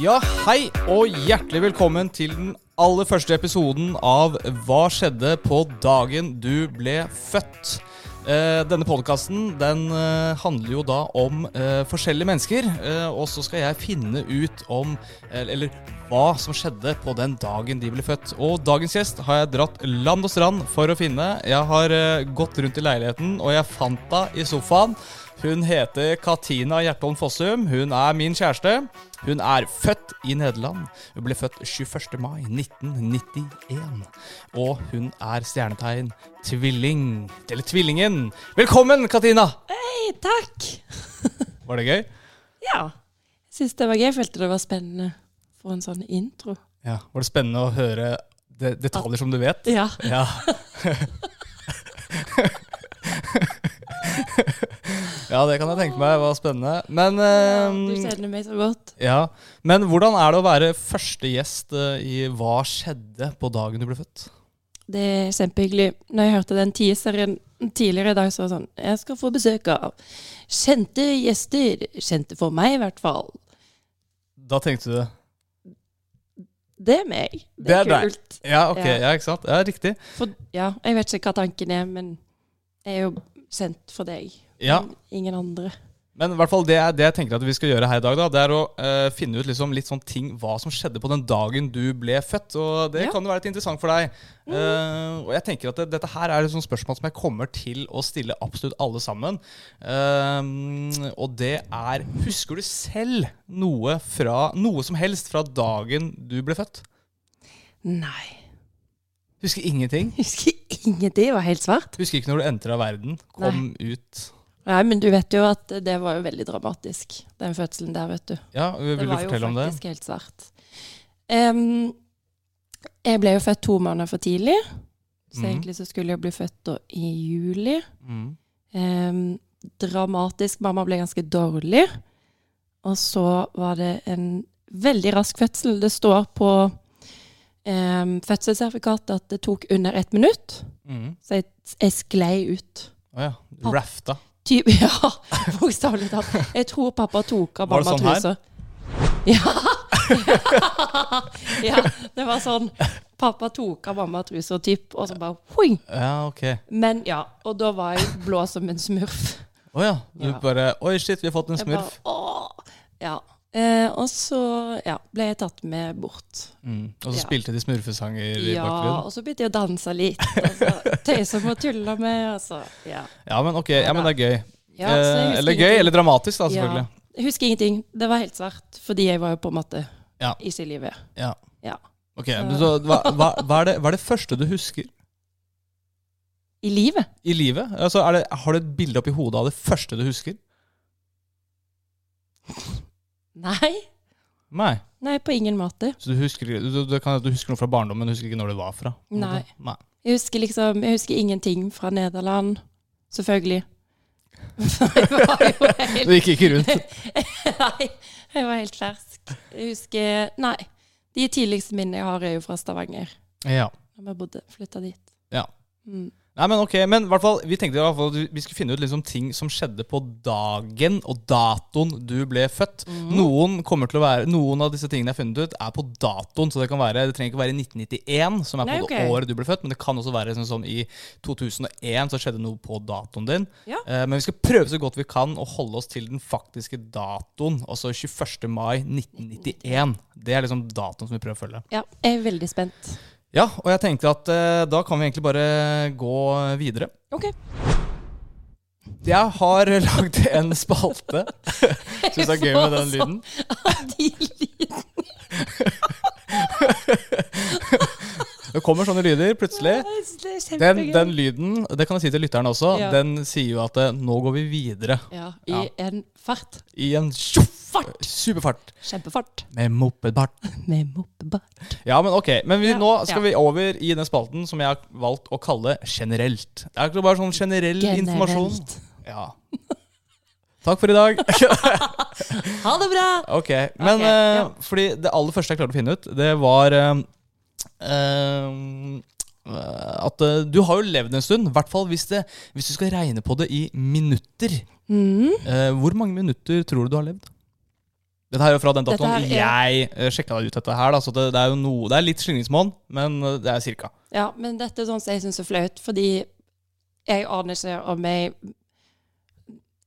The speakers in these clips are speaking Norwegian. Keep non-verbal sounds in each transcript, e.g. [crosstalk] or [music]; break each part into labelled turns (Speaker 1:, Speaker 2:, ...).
Speaker 1: Ja, hei og hjertelig velkommen til den aller første episoden av Hva skjedde på dagen du ble født? Eh, denne podkasten den eh, handler jo da om eh, forskjellige mennesker, eh, og så skal jeg finne ut om eh, eller, eller hva som skjedde på den dagen de ble født. Og dagens gjest har jeg dratt land og strand for å finne. Jeg har eh, gått rundt i leiligheten, og jeg fant henne i sofaen. Hun heter Katina Hjertholm Fossum. Hun er min kjæreste. Hun er født i Nederland. Hun ble født 21. mai 1991. Og hun er stjernetegn tvilling. Eller tvillingen. Velkommen, Katina!
Speaker 2: Hei, takk!
Speaker 1: Var det gøy?
Speaker 2: Ja. Jeg syns det var gøy. Jeg følte det var spennende for en sånn intro.
Speaker 1: Ja. Var det spennende å høre de detaljer som du vet?
Speaker 2: Ja.
Speaker 1: Ja. [laughs] ja, det kan jeg tenke meg var spennende. Men
Speaker 2: Du
Speaker 1: eh,
Speaker 2: kjenner meg så godt.
Speaker 1: Ja, Men hvordan er det å være første gjest eh, i Hva skjedde på dagen du ble født?
Speaker 2: Det er kjempehyggelig. Når jeg hørte den teaseren tidligere i dag, så var det sånn Jeg skal få besøk av kjente gjester. Kjente for meg, i hvert fall.
Speaker 1: Da tenkte du det.
Speaker 2: Det er meg.
Speaker 1: Det er deg.
Speaker 2: kult.
Speaker 1: Ja, ok,
Speaker 2: Ja.
Speaker 1: ja. ikke sant? Ja, Riktig.
Speaker 2: For, ja, jeg vet ikke hva tanken er, men jeg er jo kjent for deg.
Speaker 1: Ja,
Speaker 2: Men Ingen andre.
Speaker 1: Men i hvert fall det, er- det jeg tenker at vi skal gjøre her i dag, da, det er å eh, finne ut liksom litt sånn ting hva som skjedde på den dagen du ble født. Og det
Speaker 2: Ja. Mm.
Speaker 1: kan jo være litt interessant for deg. Eh, og jeg tenker at det, dette her er et sånt spørsmål som jeg kommer til å stille absolutt alle sammen. Eh, og det er Husker du selv noe, fra, noe som helst fra dagen du ble født?
Speaker 2: Nei.
Speaker 1: Husker ingenting?
Speaker 2: Jeg husker ingenting. Det var helt svart.
Speaker 1: Husker ikke når du entra verden? Kom ut
Speaker 2: Nei, men du vet jo at det var jo veldig dramatisk, den fødselen der, vet du.
Speaker 1: Ja, vil
Speaker 2: Det
Speaker 1: du
Speaker 2: var jo
Speaker 1: fortelle om det?
Speaker 2: faktisk helt svart. Em, jeg ble jo født to måneder for tidlig, så
Speaker 1: Mhm.
Speaker 2: egentlig så skulle jeg bli født da i juli.
Speaker 1: Mm.
Speaker 2: Em, dramatisk. Mamma ble ganske dårlig. Og så var det en veldig rask fødsel. Det står på um, fødselssertifikatet at det tok under ett minutt,
Speaker 1: Mm.
Speaker 2: så jeg, jeg sklei ut.
Speaker 1: Å ja. Rafta.
Speaker 2: Typ, [laughs] ja, bokstavelig talt. Jeg tror pappa tok av
Speaker 1: Var det
Speaker 2: mamma
Speaker 1: sånn her?
Speaker 2: trusa. Ja. [laughs] ja! Det var sånn. Pappa tok av mamma trusa, typ, og så bare hoing.
Speaker 1: Ja, ok.
Speaker 2: Men ja, og da var jeg blå som en smurf.
Speaker 1: Å ja. Du
Speaker 2: Ja.
Speaker 1: bare Oi, shit, vi har fått en
Speaker 2: Jeg
Speaker 1: smurf.
Speaker 2: bare, åh. Ja. Eh, og så ja, ble jeg tatt med bort.
Speaker 1: Mm. Og så
Speaker 2: Ja.
Speaker 1: spilte de smurfesanger i
Speaker 2: Ja,
Speaker 1: bakgrunnen.
Speaker 2: og så begynte jeg å danse litt. Og så tøyse med og tulle med. Og så, ja.
Speaker 1: Ja, men ok. Ja, men det er gøy.
Speaker 2: Ja, så jeg
Speaker 1: eh,
Speaker 2: husker
Speaker 1: eller gøy,
Speaker 2: ingenting.
Speaker 1: eller dramatisk, da, selvfølgelig.
Speaker 2: Ja. Jeg husker ingenting. Det var helt svart, fordi jeg var jo på en måte
Speaker 1: Ja.
Speaker 2: ikke i livet.
Speaker 1: Ja.
Speaker 2: Ja.
Speaker 1: Ok, men så hva, hva, hva, er det, hva er det første du husker
Speaker 2: I livet?
Speaker 1: i livet? Altså, er det, har du et bilde oppi hodet av det første du husker?
Speaker 2: Nei.
Speaker 1: Nei.
Speaker 2: Nei, på ingen måte.
Speaker 1: Så du husker, du, du, kan, du husker noe fra barndommen, men du husker ikke når det var fra? på en måte? Nei.
Speaker 2: Jeg husker liksom Jeg husker ingenting fra Nederland, selvfølgelig. [laughs] Jeg var jo
Speaker 1: Du
Speaker 2: helt
Speaker 1: gikk ikke rundt?
Speaker 2: Nei, jeg var helt fersk. Jeg husker Nei. De tidligste minnene jeg har, er jo fra Stavanger.
Speaker 1: Ja.
Speaker 2: Da vi bodde, flytta dit.
Speaker 1: Ja.
Speaker 2: Mm.
Speaker 1: Nei, men ok, men i hvert fall, vi tenkte i hvert fall at vi skulle finne ut liksom ting som skjedde på dagen og datoen du ble født.
Speaker 2: Mm.
Speaker 1: Noen, kommer til å være, noen av disse tingene jeg har funnet ut, er på datoen. Så det kan være, det trenger ikke være i 1991, som er
Speaker 2: Nei,
Speaker 1: på
Speaker 2: ok.
Speaker 1: det året du ble født, men det kan også være sånn som i 2001, så skjedde noe på datoen din.
Speaker 2: Ja.
Speaker 1: Eh, men vi skal prøve så godt vi kan å holde oss til den faktiske datoen, altså 21. mai 1991. Det er liksom datoen som vi prøver å følge.
Speaker 2: Ja, jeg er veldig spent.
Speaker 1: Ja, og jeg tenkte at eh, da kan vi egentlig bare gå videre.
Speaker 2: OK.
Speaker 1: Jeg har [laughs] lagd en spalte. Syns det er gøy med [laughs] den
Speaker 2: [laughs]
Speaker 1: lyden.
Speaker 2: De lyder
Speaker 1: Det kommer sånne lyder plutselig.
Speaker 2: Det er
Speaker 1: Den,
Speaker 2: kjempegøy.
Speaker 1: den lyden, det kan jeg si til lytterne også,
Speaker 2: Ja.
Speaker 1: den sier jo at eh, nå går vi videre
Speaker 2: Ja, i
Speaker 1: Ja.
Speaker 2: en fart.
Speaker 1: i en tjoff,
Speaker 2: Fart!
Speaker 1: superfart
Speaker 2: Kjempefart.
Speaker 1: med mopedbart.
Speaker 2: Med moppebart.
Speaker 1: Ja, men ok. Men vi,
Speaker 2: Ja,
Speaker 1: nå skal
Speaker 2: ja.
Speaker 1: vi over i den spalten som jeg har valgt å kalle generelt. Det er ikke bare sånn generell informasjon. Ja. Takk for i dag.
Speaker 2: Ha det bra!
Speaker 1: Ok, men
Speaker 2: Ok, ja.
Speaker 1: eh, fordi det aller første jeg klarte å finne ut, det var eh, eh, at eh, du har jo levd en stund, i hvert fall hvis, det, hvis du skal regne på det i minutter.
Speaker 2: Mm.
Speaker 1: Eh, hvor mange minutter tror du du har levd? Dette her er jo fra den
Speaker 2: Dette
Speaker 1: datoen
Speaker 2: her
Speaker 1: jeg eh, sjekka deg ut dette her, da, så det, det er jo noe Det er litt slingringsmonn, men eh, det er cirka.
Speaker 2: Ja, men dette er sånn som jeg syns er flaut, fordi jeg aner ikke om jeg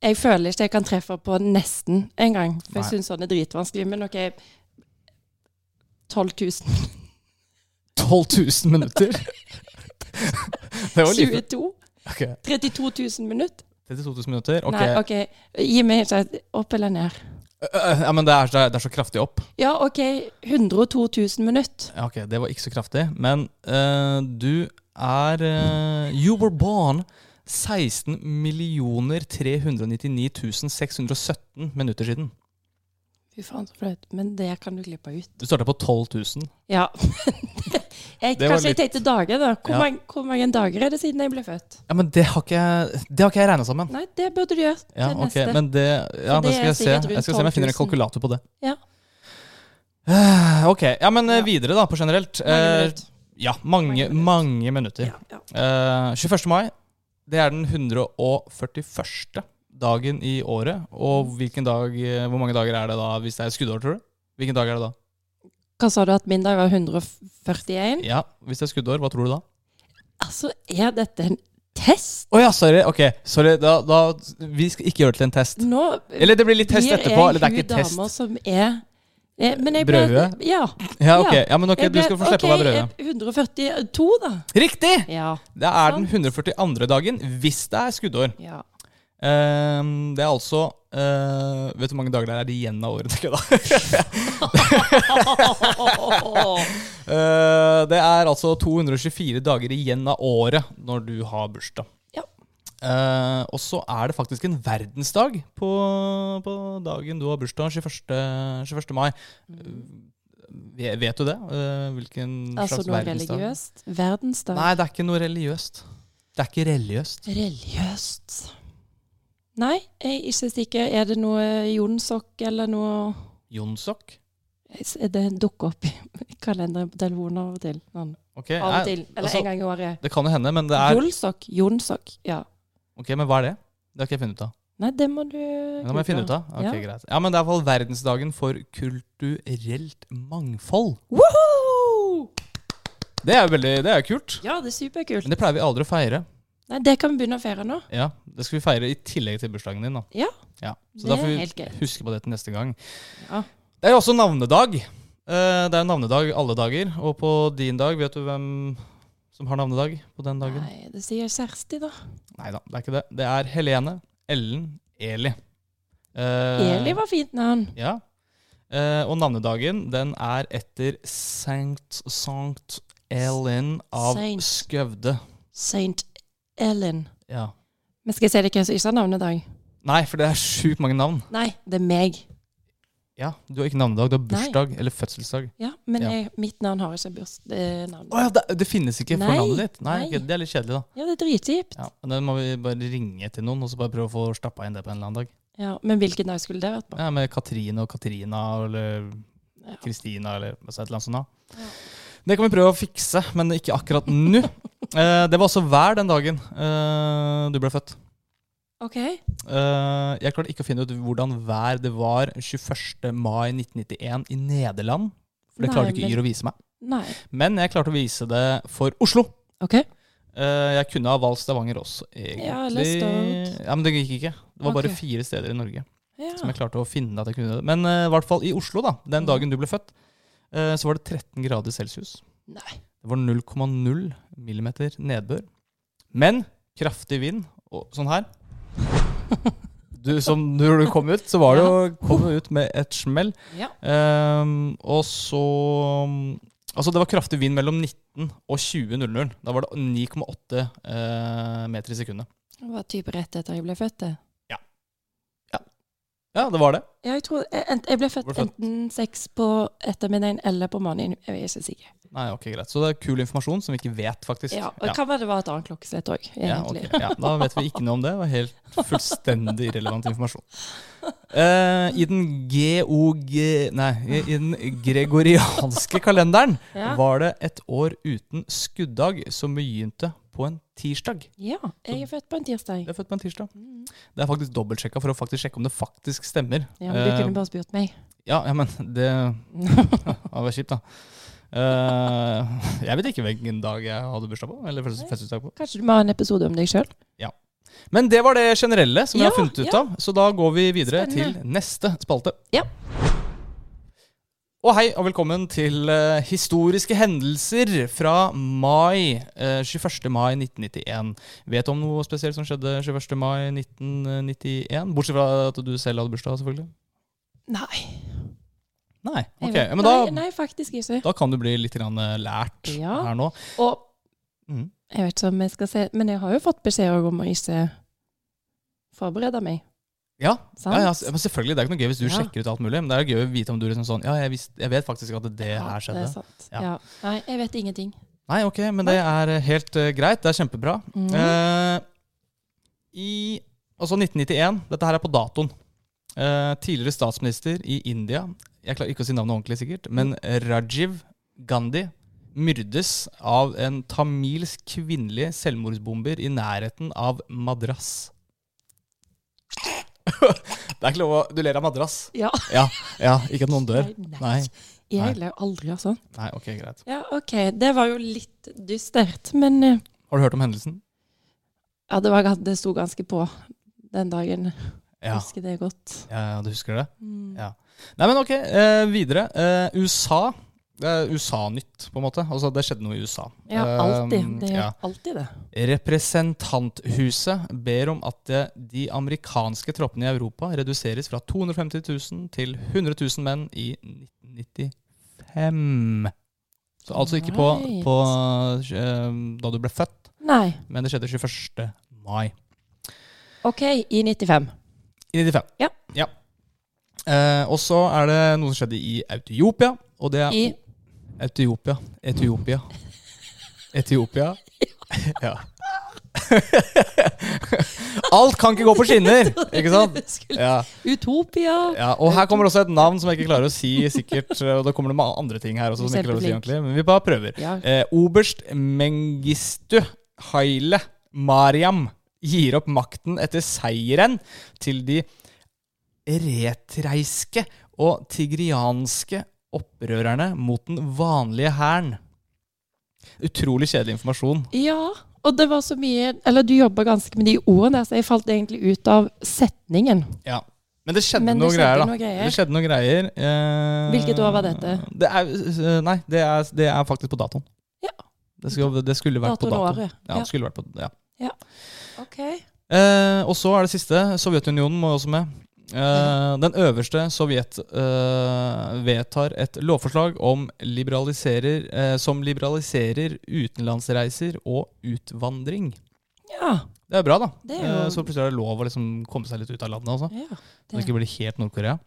Speaker 2: Jeg føler ikke jeg kan treffe på nesten engang, for
Speaker 1: Nei.
Speaker 2: jeg syns sånn er dritvanskelig. Men OK 12 000.
Speaker 1: 12 000 minutter! [laughs] det var lite.
Speaker 2: 22?
Speaker 1: Ok,
Speaker 2: 32 000 minutter?
Speaker 1: 32 000 minutter. Ok.
Speaker 2: Nei, OK. Gi meg ikke et opp eller ned.
Speaker 1: Eh, eh, ja, men det er, så- det er så kraftig opp.
Speaker 2: Ja, OK. 102 000 minutter.
Speaker 1: Ja, Ok, det var ikke så kraftig. Men eh, du er eh, You were born 16 399 617 minutter siden.
Speaker 2: Fy faen, så flaut. Men det kan du klippe ut.
Speaker 1: Du starta på 12 000.
Speaker 2: Ja. [laughs] jeg,
Speaker 1: Det var
Speaker 2: kanskje jeg tenkte dager, da. Hvor,
Speaker 1: Ja.
Speaker 2: mange, hvor mange dager er det siden jeg ble født?
Speaker 1: Ja, men det har ikke jeg, det har ikke jeg regna sammen.
Speaker 2: Nei, det burde du gjøre.
Speaker 1: Ja,
Speaker 2: til
Speaker 1: ok,
Speaker 2: neste.
Speaker 1: men det, ja,
Speaker 2: Så
Speaker 1: det
Speaker 2: det
Speaker 1: skal
Speaker 2: er
Speaker 1: jeg se.
Speaker 2: sikkert rundt
Speaker 1: Jeg skal se om jeg finner en
Speaker 2: 12 000.
Speaker 1: kalkulator på det.
Speaker 2: Ja.
Speaker 1: Eh, Ok, ja, men eh,
Speaker 2: Ja.
Speaker 1: videre da, på generelt.
Speaker 2: Mange
Speaker 1: Eh,
Speaker 2: minutter.
Speaker 1: Ja, mange,
Speaker 2: Mange minutter.
Speaker 1: mange minutter.
Speaker 2: Ja, ja.
Speaker 1: Eh, 21. mai, det er den 141. dagen i året. Og hvilken dag, eh, hvor mange dager er det da hvis det er skuddår, tror du? Hvilken dag er det da?
Speaker 2: Hva sa du at min dag var 141?
Speaker 1: Ja, hvis det er skuddår, hva tror du da?
Speaker 2: Altså, er dette en test?
Speaker 1: Å ja, sorry. Ok, sorry. Da, da, vi skal ikke gjøre det til en test.
Speaker 2: Nå
Speaker 1: Eller det blir litt test etterpå. Eller det er ikke
Speaker 2: damer
Speaker 1: test.
Speaker 2: som er eh, men jeg ble,
Speaker 1: Brødhue?
Speaker 2: Ja.
Speaker 1: Ja, ok,
Speaker 2: Ja.
Speaker 1: ja, men ok,
Speaker 2: jeg
Speaker 1: Du
Speaker 2: ble-
Speaker 1: skal få slippe å være brødre.
Speaker 2: Ok, eh, 142, da.
Speaker 1: Riktig!
Speaker 2: Ja.
Speaker 1: Det er den 142. dagen hvis det er skuddår.
Speaker 2: ja. [laughs]
Speaker 1: Ehm, det er altså eh, Vet du hvor mange dager det er igjen av året? tenker jeg da? Eh, det er altså 224 dager igjen av året når du har bursdag.
Speaker 2: Ja.
Speaker 1: Eh, og så er det faktisk en verdensdag på, på dagen du har bursdag, 21. 21. mai. Eh, vet du det? Eh, hvilken
Speaker 2: altså
Speaker 1: slags
Speaker 2: noe
Speaker 1: verdensdag?
Speaker 2: religiøst. Verdensdag.
Speaker 1: Nei, det er ikke noe religiøst. Det er ikke religiøst.
Speaker 2: Religiøst Nei, jeg er ikke sikker. Er det noe jonsokk eller noe
Speaker 1: Jonsok?
Speaker 2: Er Det dukker opp i kalenderen på telefonen av og til. Sånn.
Speaker 1: Ok,
Speaker 2: Av og
Speaker 1: nei,
Speaker 2: til. Eller
Speaker 1: altså-
Speaker 2: en gang i året.
Speaker 1: det kan jo hende, men det er
Speaker 2: Jolsokk. Jonsokk. Ja.
Speaker 1: Ok, men hva er det? Det har ikke jeg funnet ut av.
Speaker 2: Nei, det må du
Speaker 1: Det må jeg finne ut av. Ok,
Speaker 2: Ja.
Speaker 1: greit. Ja, men det er i hvert fall verdensdagen for kulturelt mangfold.
Speaker 2: Woohoo!
Speaker 1: Det er jo veldig, det er jo kult.
Speaker 2: Ja, det er superkult.
Speaker 1: Men det pleier vi aldri å feire.
Speaker 2: Nei, det kan vi begynne å feire nå.
Speaker 1: Ja, Det skal vi feire i tillegg til bursdagen din. da.
Speaker 2: Ja.
Speaker 1: Så
Speaker 2: Det
Speaker 1: da
Speaker 2: er
Speaker 1: får vi
Speaker 2: helt greit.
Speaker 1: huske på det til neste gang.
Speaker 2: Ja.
Speaker 1: Det er jo også navnedag. Eh, Det er jo navnedag alle dager. Og på din dag, vet du hvem som har navnedag på den dagen?
Speaker 2: Nei, det sier Kjersti, da.
Speaker 1: Nei da, det er ikke det. Det er Helene Ellen Eli. Eh,
Speaker 2: Eli var fint navn.
Speaker 1: Ja. Eh, og navnedagen den er etter Sankt Sankt Ellen av
Speaker 2: Saint.
Speaker 1: Skøvde.
Speaker 2: Saint Ellen.
Speaker 1: Ja.
Speaker 2: Men skal jeg si deg hvem som ikke har navnedag?
Speaker 1: Nei, for det er sjukt mange navn.
Speaker 2: Nei, det er meg.
Speaker 1: Ja, Du har ikke navnedag, du har bursdag eller fødselsdag.
Speaker 2: Ja, men
Speaker 1: Ja.
Speaker 2: Jeg, mitt navn har ikke bursdagsnavn.
Speaker 1: Å ja, det, det finnes ikke for
Speaker 2: Nei,
Speaker 1: navnet ditt? Nei,
Speaker 2: nei.
Speaker 1: ok, Det er litt kjedelig, da.
Speaker 2: Ja, det er dritkjipt.
Speaker 1: Ja, men Da må vi bare ringe til noen og så bare prøve å få stappa inn det på en eller annen dag.
Speaker 2: Ja, men hvilken dag skulle det vært på?
Speaker 1: Ja, Med Katrine og Katrina eller
Speaker 2: Ja.
Speaker 1: Kristina eller altså et eller annet sånt. da.
Speaker 2: Ja.
Speaker 1: Det kan vi prøve å fikse, men ikke akkurat
Speaker 2: [laughs]
Speaker 1: nå. Eh, det var også vær den dagen eh, du ble født.
Speaker 2: Ok.
Speaker 1: Eh, jeg klarte ikke å finne ut hvordan vær det var 21. mai 1991 i Nederland. For det
Speaker 2: Nei,
Speaker 1: klarte ikke
Speaker 2: men-
Speaker 1: Yr å vise meg.
Speaker 2: Nei.
Speaker 1: Men jeg klarte å vise det for Oslo.
Speaker 2: Ok.
Speaker 1: Eh, jeg kunne ha valgt Stavanger også, egentlig.
Speaker 2: Ja, eller Stord.
Speaker 1: Ja, men det gikk ikke. Det var bare
Speaker 2: Ok.
Speaker 1: fire steder i Norge
Speaker 2: Ja.
Speaker 1: som jeg klarte å finne at jeg kunne. Men eh, i hvert fall i Oslo, da, den
Speaker 2: Mm.
Speaker 1: dagen du ble født, eh, så var det 13 grader celsius.
Speaker 2: Nei.
Speaker 1: Det var 0,0 millimeter nedbør. Men kraftig vind, og sånn her [laughs] du, som, Når du kom ut, så var det jo kom du ut med et smell.
Speaker 2: Ja.
Speaker 1: Ehm, og så um, Altså, det var kraftig vind mellom 19 og 20.00. Da var det 9,8 eh, meter i sekundet.
Speaker 2: Det var type rett etter jeg ble født, det.
Speaker 1: Ja, det var det.
Speaker 2: Ja, jeg, tror, jeg, ent- jeg ble født
Speaker 1: Ble født.
Speaker 2: enten seks på ettermiddagen eller på morgenen. Jeg er ikke sikker.
Speaker 1: Nei, ok, greit. Så det er kul informasjon som vi ikke vet, faktisk.
Speaker 2: Ja, og Kan være det var et annet klokkeslett òg,
Speaker 1: Ja,
Speaker 2: egentlig.
Speaker 1: ok. ja, da vet vi ikke noe om det. Det var helt fullstendig irrelevant informasjon. Eh, I den GOG... Nei, i i den gregorianske kalenderen
Speaker 2: [laughs] Ja.
Speaker 1: var det et år uten skuddag som begynte på en tirsdag.
Speaker 2: ja, jeg er født på en tirsdag.
Speaker 1: Det er født på en tirsdag.
Speaker 2: Mm.
Speaker 1: Det er faktisk dobbeltsjekka for å faktisk sjekke om det faktisk stemmer.
Speaker 2: Ja, men Du
Speaker 1: Eh,
Speaker 2: kunne bare spurt meg.
Speaker 1: Ja, ja, men
Speaker 2: [laughs]
Speaker 1: det ja, var kjipt, da. Eh, jeg vet ikke hvilken dag jeg hadde bursdag på. Eller fest- festdag på.
Speaker 2: Kanskje du må ha en episode om deg sjøl?
Speaker 1: Men det var det generelle som jeg har
Speaker 2: Ja,
Speaker 1: funnet ut
Speaker 2: ja.
Speaker 1: av. Så da går vi videre
Speaker 2: Spennende.
Speaker 1: til neste spalte.
Speaker 2: Ja.
Speaker 1: Og hei, og velkommen til eh, historiske hendelser fra mai. eh, 21. mai 1991. Vet du om noe spesielt som skjedde 21. mai 1991? Bortsett fra at du selv hadde bursdag, selvfølgelig.
Speaker 2: Nei.
Speaker 1: Nei.
Speaker 2: jeg
Speaker 1: ok.
Speaker 2: vet-
Speaker 1: Ja, men da,
Speaker 2: nei, nei, faktisk ikke.
Speaker 1: da kan du bli litt grann eh, lært
Speaker 2: Ja.
Speaker 1: her nå.
Speaker 2: Og
Speaker 1: Mm.
Speaker 2: jeg vet ikke om jeg skal se Men jeg har jo fått beskjed også om å ikke forberede meg.
Speaker 1: Ja,
Speaker 2: Sant?
Speaker 1: ja, ja, s- men selvfølgelig. Det er ikke noe gøy hvis du
Speaker 2: Ja.
Speaker 1: sjekker ut alt mulig. Men det er jo gøy å vite om du liksom sånn Ja, jeg, visste- jeg vet faktisk at det, det
Speaker 2: Ja,
Speaker 1: her skjedde.
Speaker 2: Det er sant.
Speaker 1: Ja.
Speaker 2: Ja. Nei, jeg vet ingenting.
Speaker 1: Nei, ok, men det er eh, helt eh, greit. Det er kjempebra.
Speaker 2: Mhm.
Speaker 1: Eh, I altså 1991 Dette her er på datoen. Eh, tidligere statsminister i India Jeg klarer ikke å si navnet ordentlig, sikkert. Men Rajiv Gandhi myrdes av en tamilsk kvinnelig selvmordsbomber i nærheten av Madras. [laughs] det er ikke lov å Du ler av madrass.
Speaker 2: Ja.
Speaker 1: Ja, ja ikke at noen dør.
Speaker 2: Nei, nei.
Speaker 1: Nei. Nei.
Speaker 2: Jeg ler aldri av sånn.
Speaker 1: Nei, ok, greit.
Speaker 2: Ja, OK. Det var jo litt dystert, men eh,
Speaker 1: Har du hørt om hendelsen?
Speaker 2: ja, det, var, det sto ganske på den dagen.
Speaker 1: Ja,
Speaker 2: Husker det godt.
Speaker 1: ja, ja du husker det?
Speaker 2: Mm.
Speaker 1: Ja. Nei, men ok, eh, videre. Eh, USA. Det er USA-nytt, på en måte. Altså, det skjedde noe i USA.
Speaker 2: Ja,
Speaker 1: Eh,
Speaker 2: alltid. Det gjør
Speaker 1: ja.
Speaker 2: alltid det.
Speaker 1: Representanthuset ber om at eh, de amerikanske troppene i Europa reduseres fra 250 000 til 100 000 menn i 1995. Så altså ikke på,
Speaker 2: Right.
Speaker 1: på eh, da du ble født,
Speaker 2: Nei.
Speaker 1: men det skjedde 21. mai.
Speaker 2: OK, i 95.
Speaker 1: I 95.
Speaker 2: Ja.
Speaker 1: Eh, og så er det noe som skjedde i Etiopia. Og det er
Speaker 2: I
Speaker 1: Etiopia. Etiopia. Etiopia. ja. Alt kan ikke gå på
Speaker 2: [laughs]
Speaker 1: skinner, ikke sant? Ja,
Speaker 2: Utopia.
Speaker 1: ja. Og her kommer også et navn som jeg ikke klarer å si sikkert. Og da kommer det med andre ting her også som jeg ikke klarer å si ordentlig. Men vi bare prøver.
Speaker 2: Ja.
Speaker 1: Eh, Oberst Mengistu Haile Mariam gir opp makten etter seieren til de eretreiske og tigrianske opprørerne mot den vanlige hæren. Utrolig kjedelig informasjon.
Speaker 2: ja. Og det var så mye Eller du jobber ganske med de ordene, der, så jeg falt egentlig ut av setningen.
Speaker 1: Ja. Men det skjedde
Speaker 2: Men det
Speaker 1: noen
Speaker 2: skjedde
Speaker 1: greier, da.
Speaker 2: noe greier.
Speaker 1: Det skjedde noen greier. eh,
Speaker 2: Hvilket år var dette?
Speaker 1: Det er, eh, nei, det er, det er faktisk på datoen.
Speaker 2: Ja.
Speaker 1: Det skulle, det skulle vært
Speaker 2: Datoen
Speaker 1: på
Speaker 2: og
Speaker 1: datoen.
Speaker 2: året.
Speaker 1: Ja, det skulle vært på, ja.
Speaker 2: OK.
Speaker 1: Eh, og så er det siste. Sovjetunionen må også med. Eh, den øverste Sovjet eh, vedtar et lovforslag om liberaliserer, eh, som liberaliserer utenlandsreiser og utvandring.
Speaker 2: Ja.
Speaker 1: Det er bra, da.
Speaker 2: Det er jo-
Speaker 1: Eh, så plutselig er det lov å liksom komme seg litt ut av landet. Altså.
Speaker 2: ja.
Speaker 1: Så det ikke blir helt Nord-Korea.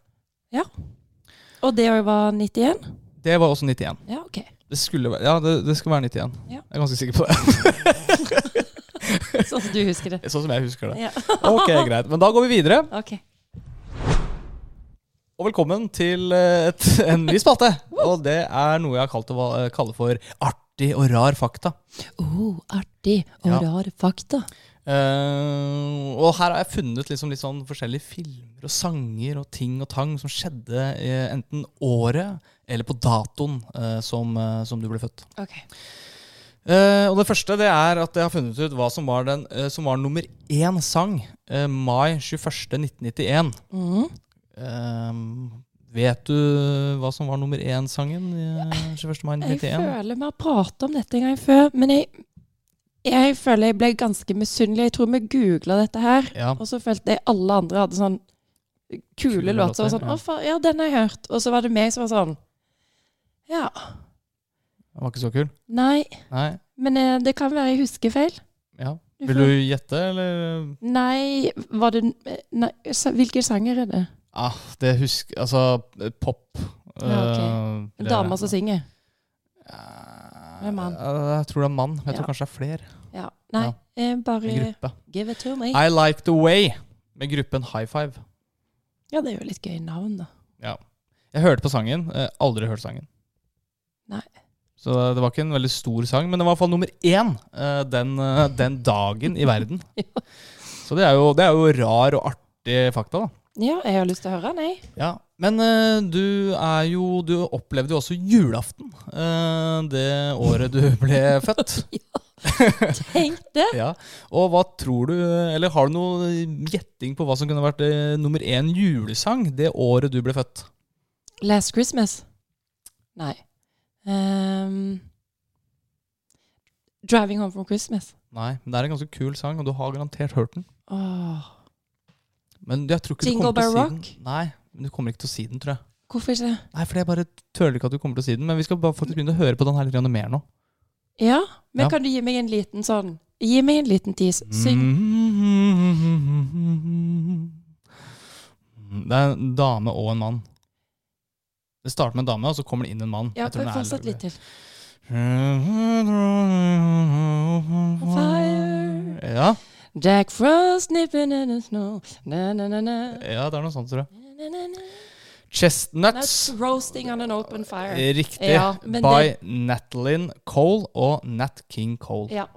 Speaker 2: Og det var 91?
Speaker 1: Det var også 91.
Speaker 2: Ja, OK.
Speaker 1: Det skulle være, ja, det, det skal være 91.
Speaker 2: Ja.
Speaker 1: Jeg er ganske sikker
Speaker 2: [laughs]
Speaker 1: på det.
Speaker 2: [laughs] Sånn som du
Speaker 1: [laughs]
Speaker 2: husker det.
Speaker 1: Sånn som jeg husker det.
Speaker 2: Ja.
Speaker 1: Ok, greit. Men da går vi videre.
Speaker 2: OK.
Speaker 1: Og velkommen til eh, et, [laughs] en ny spalte. Og det er noe jeg har kalt å va- kalle for artig og rar fakta.
Speaker 2: Oh, artig og
Speaker 1: Ja.
Speaker 2: rare fakta.
Speaker 1: Eh, og her har jeg funnet liksom litt sånn forskjellige filmer og sanger og ting og tang som skjedde eh, enten året eller på datoen eh, som, eh, som du ble født.
Speaker 2: Ok.
Speaker 1: Eh, og det første det er at jeg har funnet ut hva som var, den, eh, som var nummer én sang eh, mai 21. 1991.
Speaker 2: Mhm.
Speaker 1: Ehm, vet du hva som var nummer én-sangen i 21. mai
Speaker 2: Jeg
Speaker 1: 1991?
Speaker 2: føler vi har pratet om dette en gang før, men jeg, jeg føler jeg ble ganske misunnelig. Jeg tror vi googla dette her,
Speaker 1: Ja.
Speaker 2: og så følte jeg alle andre hadde sånn kule,
Speaker 1: Kule
Speaker 2: låter. Og
Speaker 1: låter,
Speaker 2: sånn,
Speaker 1: ja.
Speaker 2: å faen, ja, den har jeg hørt. Og så var det meg som var sånn Ja.
Speaker 1: Den var ikke så kul?
Speaker 2: Nei.
Speaker 1: Nei?
Speaker 2: Men eh, det kan være jeg husker feil.
Speaker 1: Ja.
Speaker 2: Du
Speaker 1: Vil du gjette, eller?
Speaker 2: Nei, var det eh, nei, sa- Hvilke sanger er det?
Speaker 1: Ah, det husker Altså, eh, pop. eh,
Speaker 2: Ja, Damer som synger? altså, Hvem er
Speaker 1: mann?
Speaker 2: mann?
Speaker 1: eh, Jeg tror det er mann. men Jeg tror
Speaker 2: Ja.
Speaker 1: kanskje det er flere.
Speaker 2: Ja. Nei,
Speaker 1: Ja.
Speaker 2: eh,
Speaker 1: En
Speaker 2: bare
Speaker 1: gruppe.
Speaker 2: give it to me.
Speaker 1: I Like The Way med gruppen High Five.
Speaker 2: Ja, det er jo litt gøy navn, da.
Speaker 1: Jeg hørte på sangen. eh, Aldri hørt sangen.
Speaker 2: Nei.
Speaker 1: Så det var ikke en veldig stor sang, men det var i hvert fall nummer én eh, den, eh, den dagen i verden.
Speaker 2: [laughs] Ja.
Speaker 1: Så det er, jo, det er jo rar og artig fakta, da.
Speaker 2: Ja, jeg har lyst til å høre den, jeg.
Speaker 1: Ja, Men eh, du er jo Du opplevde jo også julaften eh, det året du [laughs] ble født.
Speaker 2: Tenk det!
Speaker 1: Ja. Og hva tror du Eller har du noe gjetting på hva som kunne vært eh, nummer én julesang det året du ble født?
Speaker 2: Last Christmas. Nei. Ehm, Driving Home from Christmas.
Speaker 1: Nei, men det er en ganske kul sang, og du har garantert hørt den.
Speaker 2: Åh.
Speaker 1: Men jeg tror ikke
Speaker 2: Jingle
Speaker 1: du kommer til å
Speaker 2: Bell
Speaker 1: si den. Nei, men du kommer ikke til å si den, tror jeg.
Speaker 2: Hvorfor ikke?
Speaker 1: Nei, for jeg bare tøler ikke at du kommer til å si den. Men vi skal bare faktisk begynne å høre på den her litt grann mer nå.
Speaker 2: Ja, men
Speaker 1: Ja. Mm,
Speaker 2: kan du gi meg en liten sånn Gi meg en liten tease. Syng.
Speaker 1: Mm-hmm. Det er en dame og en mann. Det starter med en dame, og så kommer det inn en mann.
Speaker 2: Ja,
Speaker 1: Jeg tror den er-
Speaker 2: fortsett litt til. Fire.
Speaker 1: Ja,
Speaker 2: Jack Frost nipping in the snow na, na, na, na.
Speaker 1: ja, det er noe sånt, tror jeg.
Speaker 2: Na, na, na. Nuts
Speaker 1: Chestnuts.
Speaker 2: roasting on an open fire.
Speaker 1: Riktig.
Speaker 2: Ja, men
Speaker 1: By Natalyn Cole og Nat King Cole.
Speaker 2: Ja.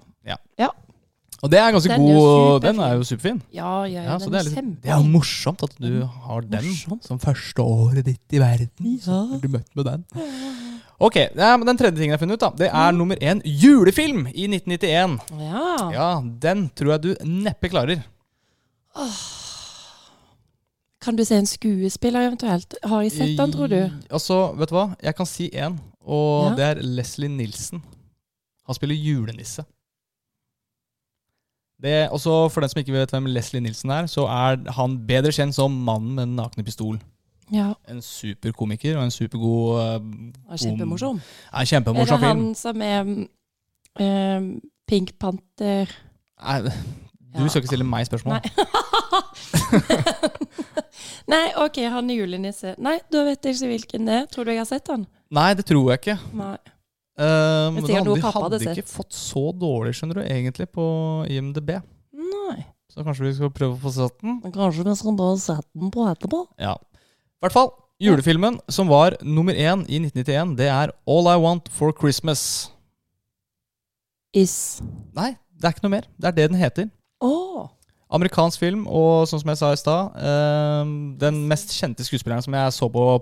Speaker 1: Og det er ganske
Speaker 2: Den er jo
Speaker 1: god. Den er jo superfin.
Speaker 2: Ja, ja,
Speaker 1: Ja,
Speaker 2: ja,
Speaker 1: så
Speaker 2: den
Speaker 1: det, er
Speaker 2: er
Speaker 1: litt, det er jo
Speaker 2: kjempe...
Speaker 1: morsomt at du har den
Speaker 2: Morsomt.
Speaker 1: som første året ditt i verden. Så
Speaker 2: Ja.
Speaker 1: blir du møtt med den. Ok, ja, men Den tredje tingen jeg har funnet ut, da, det er nummer én julefilm i 1991.
Speaker 2: Mm. Ja.
Speaker 1: Ja, Den tror jeg du neppe klarer.
Speaker 2: Kan du se en skuespiller eventuelt? Har jeg sett den, tror du?
Speaker 1: I- Altså, vet du hva? Jeg kan si én, og
Speaker 2: Ja.
Speaker 1: det er Leslie Nilsen. Han spiller julenisse. Det, også for den som ikke vet hvem Leslie Nilsen er, så er han bedre kjent som mannen med den nakne pistol.
Speaker 2: Ja.
Speaker 1: En superkomiker og en supergod eh,
Speaker 2: den er Kjempemorsom.
Speaker 1: Er
Speaker 2: Er det
Speaker 1: kjempemorsom
Speaker 2: han
Speaker 1: film.
Speaker 2: som er mm, eh, Pink Panther [laughs]
Speaker 1: Er, du
Speaker 2: Ja.
Speaker 1: skal ikke stille meg spørsmål.
Speaker 2: Nei, OK, han er julenisse. Nei, da vet jeg ikke hvilken det er. Tror du jeg har sett han?
Speaker 1: Nei, det tror jeg ikke.
Speaker 2: Nei.
Speaker 1: Eh, men
Speaker 2: sikkert
Speaker 1: det hadde,
Speaker 2: noe
Speaker 1: vi
Speaker 2: pappa
Speaker 1: hadde
Speaker 2: hadde
Speaker 1: ikke fått så dårlig, skjønner du, egentlig, på IMDb.
Speaker 2: Nei.
Speaker 1: Så kanskje vi skal prøve å få sett den.
Speaker 2: Kanskje vi skal bare sette den på etterpå?
Speaker 1: Ja. I hvert fall, julefilmen som var nummer én i 1991, det er All I Want for Christmas.
Speaker 2: Is.
Speaker 1: Nei, det er ikke noe mer. Det er det den heter.
Speaker 2: Å!
Speaker 1: Amerikansk film, og sånn som jeg sa i stad, eh, den mest kjente skuespilleren som jeg så på